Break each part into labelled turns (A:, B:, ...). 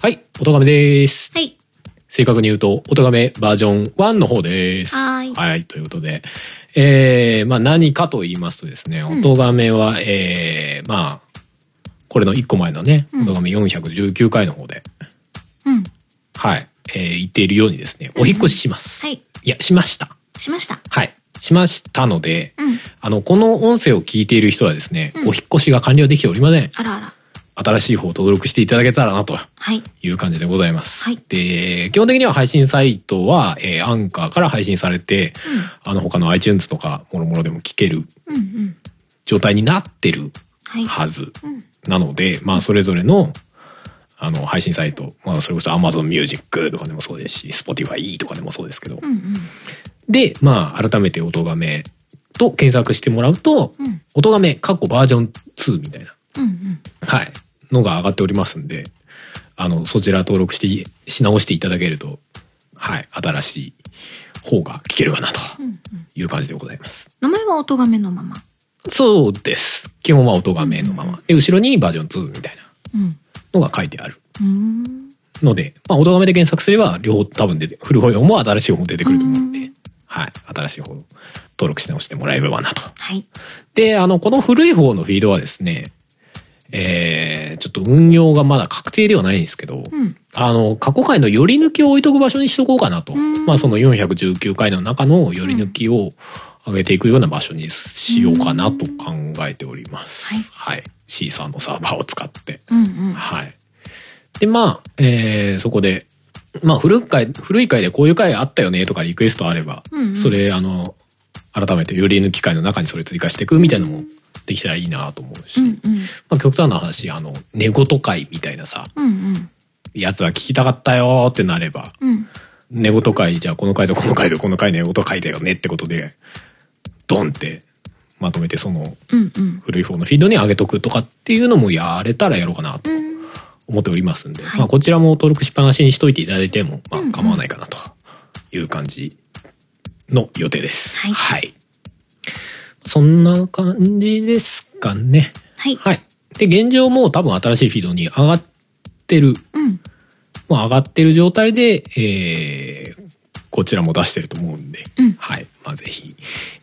A: はい、おとがめです。
B: はい。
A: 正確に言うと、おとがめバージョン1の方です。
B: はーい
A: ということで、えー、まあ何かと言いますとですね、おとがめは、えー、まあ、これの1個前のね、
B: うん
A: おとがめ419回の方で、
B: うん。
A: はい、えー、言っているようにですね、お引っ越しします。
B: はい。
A: いや、しました。
B: しました。
A: はい。しましたので、
B: うん。
A: あの、この音声を聞いている人はですね、
B: うん
A: お引っ越しが完了できておりません。
B: あらあら。
A: 新しい方を登録していただけたらなと
B: はい。
A: いう感じでございます。
B: はい
A: で、基本的には配信サイトは、えーアンカーから配信されて、あの、他の iTunes とか、もろもろでも聞ける
B: うんうん。
A: 状態になってる
B: はい。
A: はず
B: うん。
A: なので、まあ、それぞれの、あの、配信サイト、まあ、それこそ Amazon Music とかでもそうですし、Spotify とかでもそうですけど、
B: うんうん。
A: で、まあ、改めて音がめと検索してもらうと、
B: うん
A: 音がめ、過去バージョン2みたいな、
B: うんうん。
A: はい、のが上がっておりますんで、あの、そちら登録して、し直していただけると、はい、新しい方が聞けるかなと
B: うんうん。
A: いう感じでございます。
B: 名前は音がめのまま。
A: そうです。基本は音がめのまま。で、後ろにバージョン2みたいな
B: うん。
A: のが書いてある
B: うーん。
A: ので、まあ、音がめで検索すれば、両方多分出て、古本も新しい方も出てくると思うんで、
B: うん
A: はい、新しい方を登録し直してもらえればなと
B: はい。
A: で、あの、この古い方のフィードはですね、えー、ちょっと運用がまだ確定ではないんですけど、
B: うん。
A: あの、過去回の寄り抜きを置いとく場所にしとこうかなと。
B: ん
A: まあ、その419回の中の寄り抜きを上げていくような場所にしようかなと考えております。はい。C さんのサーバーを使って。
B: うんうん。
A: はい。で、まあ、えーそこで、まあ、古い回、古い回でこういう回あったよねとかリクエストあれば、
B: うんうん
A: それ、あの、改めてより抜き会の中にそれ追加していくみたいなのもできたらいいなと思うし、
B: うんうん。
A: まあ、極端な話、あの、寝言会みたいなさ、
B: うんうん。
A: やつは聞きたかったよーってなれば、
B: うん。
A: 寝言会、じゃあこの回とこの回とこの回寝言会だよねってことで、ドンってまとめてその
B: うんうん。
A: 古い方のフィードに上げとくとかっていうのもやれたらやろうかなと
B: うん。
A: 思っておりますんで、
B: はい
A: まあこちらも登録しっぱなしにしといていただいても、まあ
B: うんうん
A: 構わないかなという感じの予定です。
B: はい
A: そんな感じですかね。
B: はい。
A: はい。で、現状もう多分新しいフィードに上がってる、
B: う
A: も
B: ん。
A: う上がってる状態で、えー、こちらも出してると思うんで、
B: うん
A: はい。まあぜひ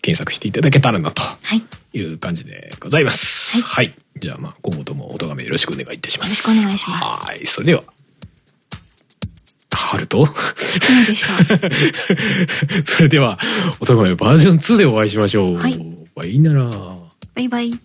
A: 検索していただけたらなと
B: はい。よ
A: いう感じでございます。
B: は
A: はい。じゃあまあ今後ともお咎めよろしくお願いいたしま
B: ろ
A: す。
B: しくお願いします。
A: はい、それでは。ハルト
B: キムで した。
A: それでは、おとがめバージョン2でお会いしましょう。
B: はい
A: バイナラー。
B: バイバイ。